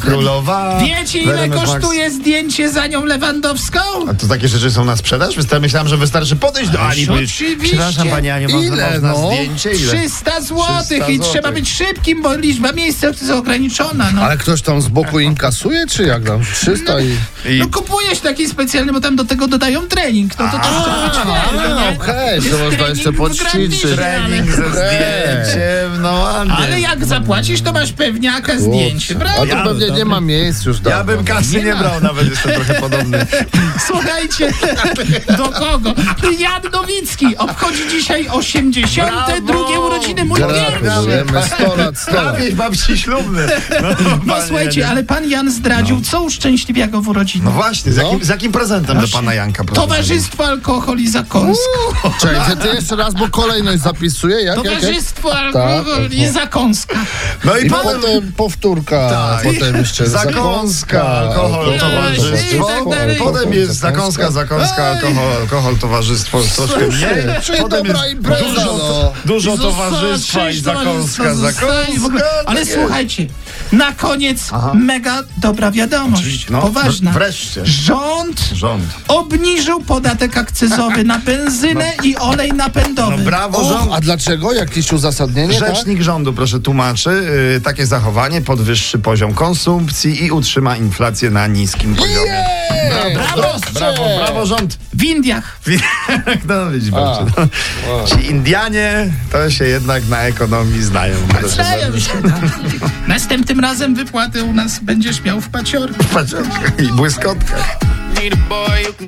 królowa. Tak. Wiecie, ile Veronika Max. kosztuje zdjęcie za nią Lewandowską? A to takie rzeczy są na sprzedaż? Wysta- Myślałem, że wystarczy podejść do Ani. powiedzieć, oczywiście. Przepraszam pani Aniu, można, Ile, można no? zdjęcie? Ile? 300 złotych i złotych. trzeba być szybkim, bo liczba miejsc jest ograniczona. No. Ale ktoś tam z boku inkasuje, czy jak tam? 300 i... I No kupujesz taki specjalny, bo tam do tego dodają trening. No to tam trzeba być fair, no A, nie? Okej, Jest to można trening jeszcze w podćwiczyć. Grand Prix, trening ze Eee. zdjęciem, no Andy. Ale jak zapłacisz, to masz pewniaka zdjęcie, A No, prawda? to Ja- pewnie nie ma miejsc już Ja dawno. bym kasy nie brał, nawet jestem trochę podobny. Słuchajcie, do kogo? Jan Nowicki obchodzi dzisiaj 82 Brawo! urodziny. Mój pierwszy. Gratulujemy, 100 lat, 100 lat. Prawie babci ślubny. No, No panie słuchajcie, Janie. ale pan Jan zdradził, co uszczęśliwia go w urodziny. No właśnie, z jakim, No. z jakim prezentem do pana Janka? proszę Towarzystwo Alkohol i Zakąska. Czekaj, ty jeszcze raz, bo kolejność zapisuję. Jak, jak, jak? Towarzystwo Tak, Alkohol i Zakąska. pani? No I i panem... potem powtórka, Tak. potem jeszcze Zakąska, alkohol, i towarzystwo. tak dalej. Potem jest zakąska, zakąska, alkohol, alkohol towarzystwo. Troszkę mniej. czyli Potem dobra jest impreza, dużo, dużo Zostań, no. towarzystwa i część towarzystwa zakąska, zostań w zakąska. ogóle. Ale tak słuchajcie, na koniec mega dobra wiadomość. jest. No, poważna. w- Wreszcie. Rząd Rząd. obniżył podatek akcyzowy na benzynę i olej napędowy. No brawo, rząd. O, a dlaczego? Jakieś uzasadnienie, tak? Rzecznik rządu, proszę, tłumaczy, y, takie zachowanie podwyższy poziom konsumpcji i utrzyma inflację na niskim poziomie. Jej! Brawo, brawo, brawo rząd. w Indiach. No widzi babcia, no. Ci Indianie to się jednak na ekonomii znają. Proszę Znają się. Następnym razem wypłaty u nas będziesz miał w paciorku. bardzo. I błyskotkach. Need a boy who can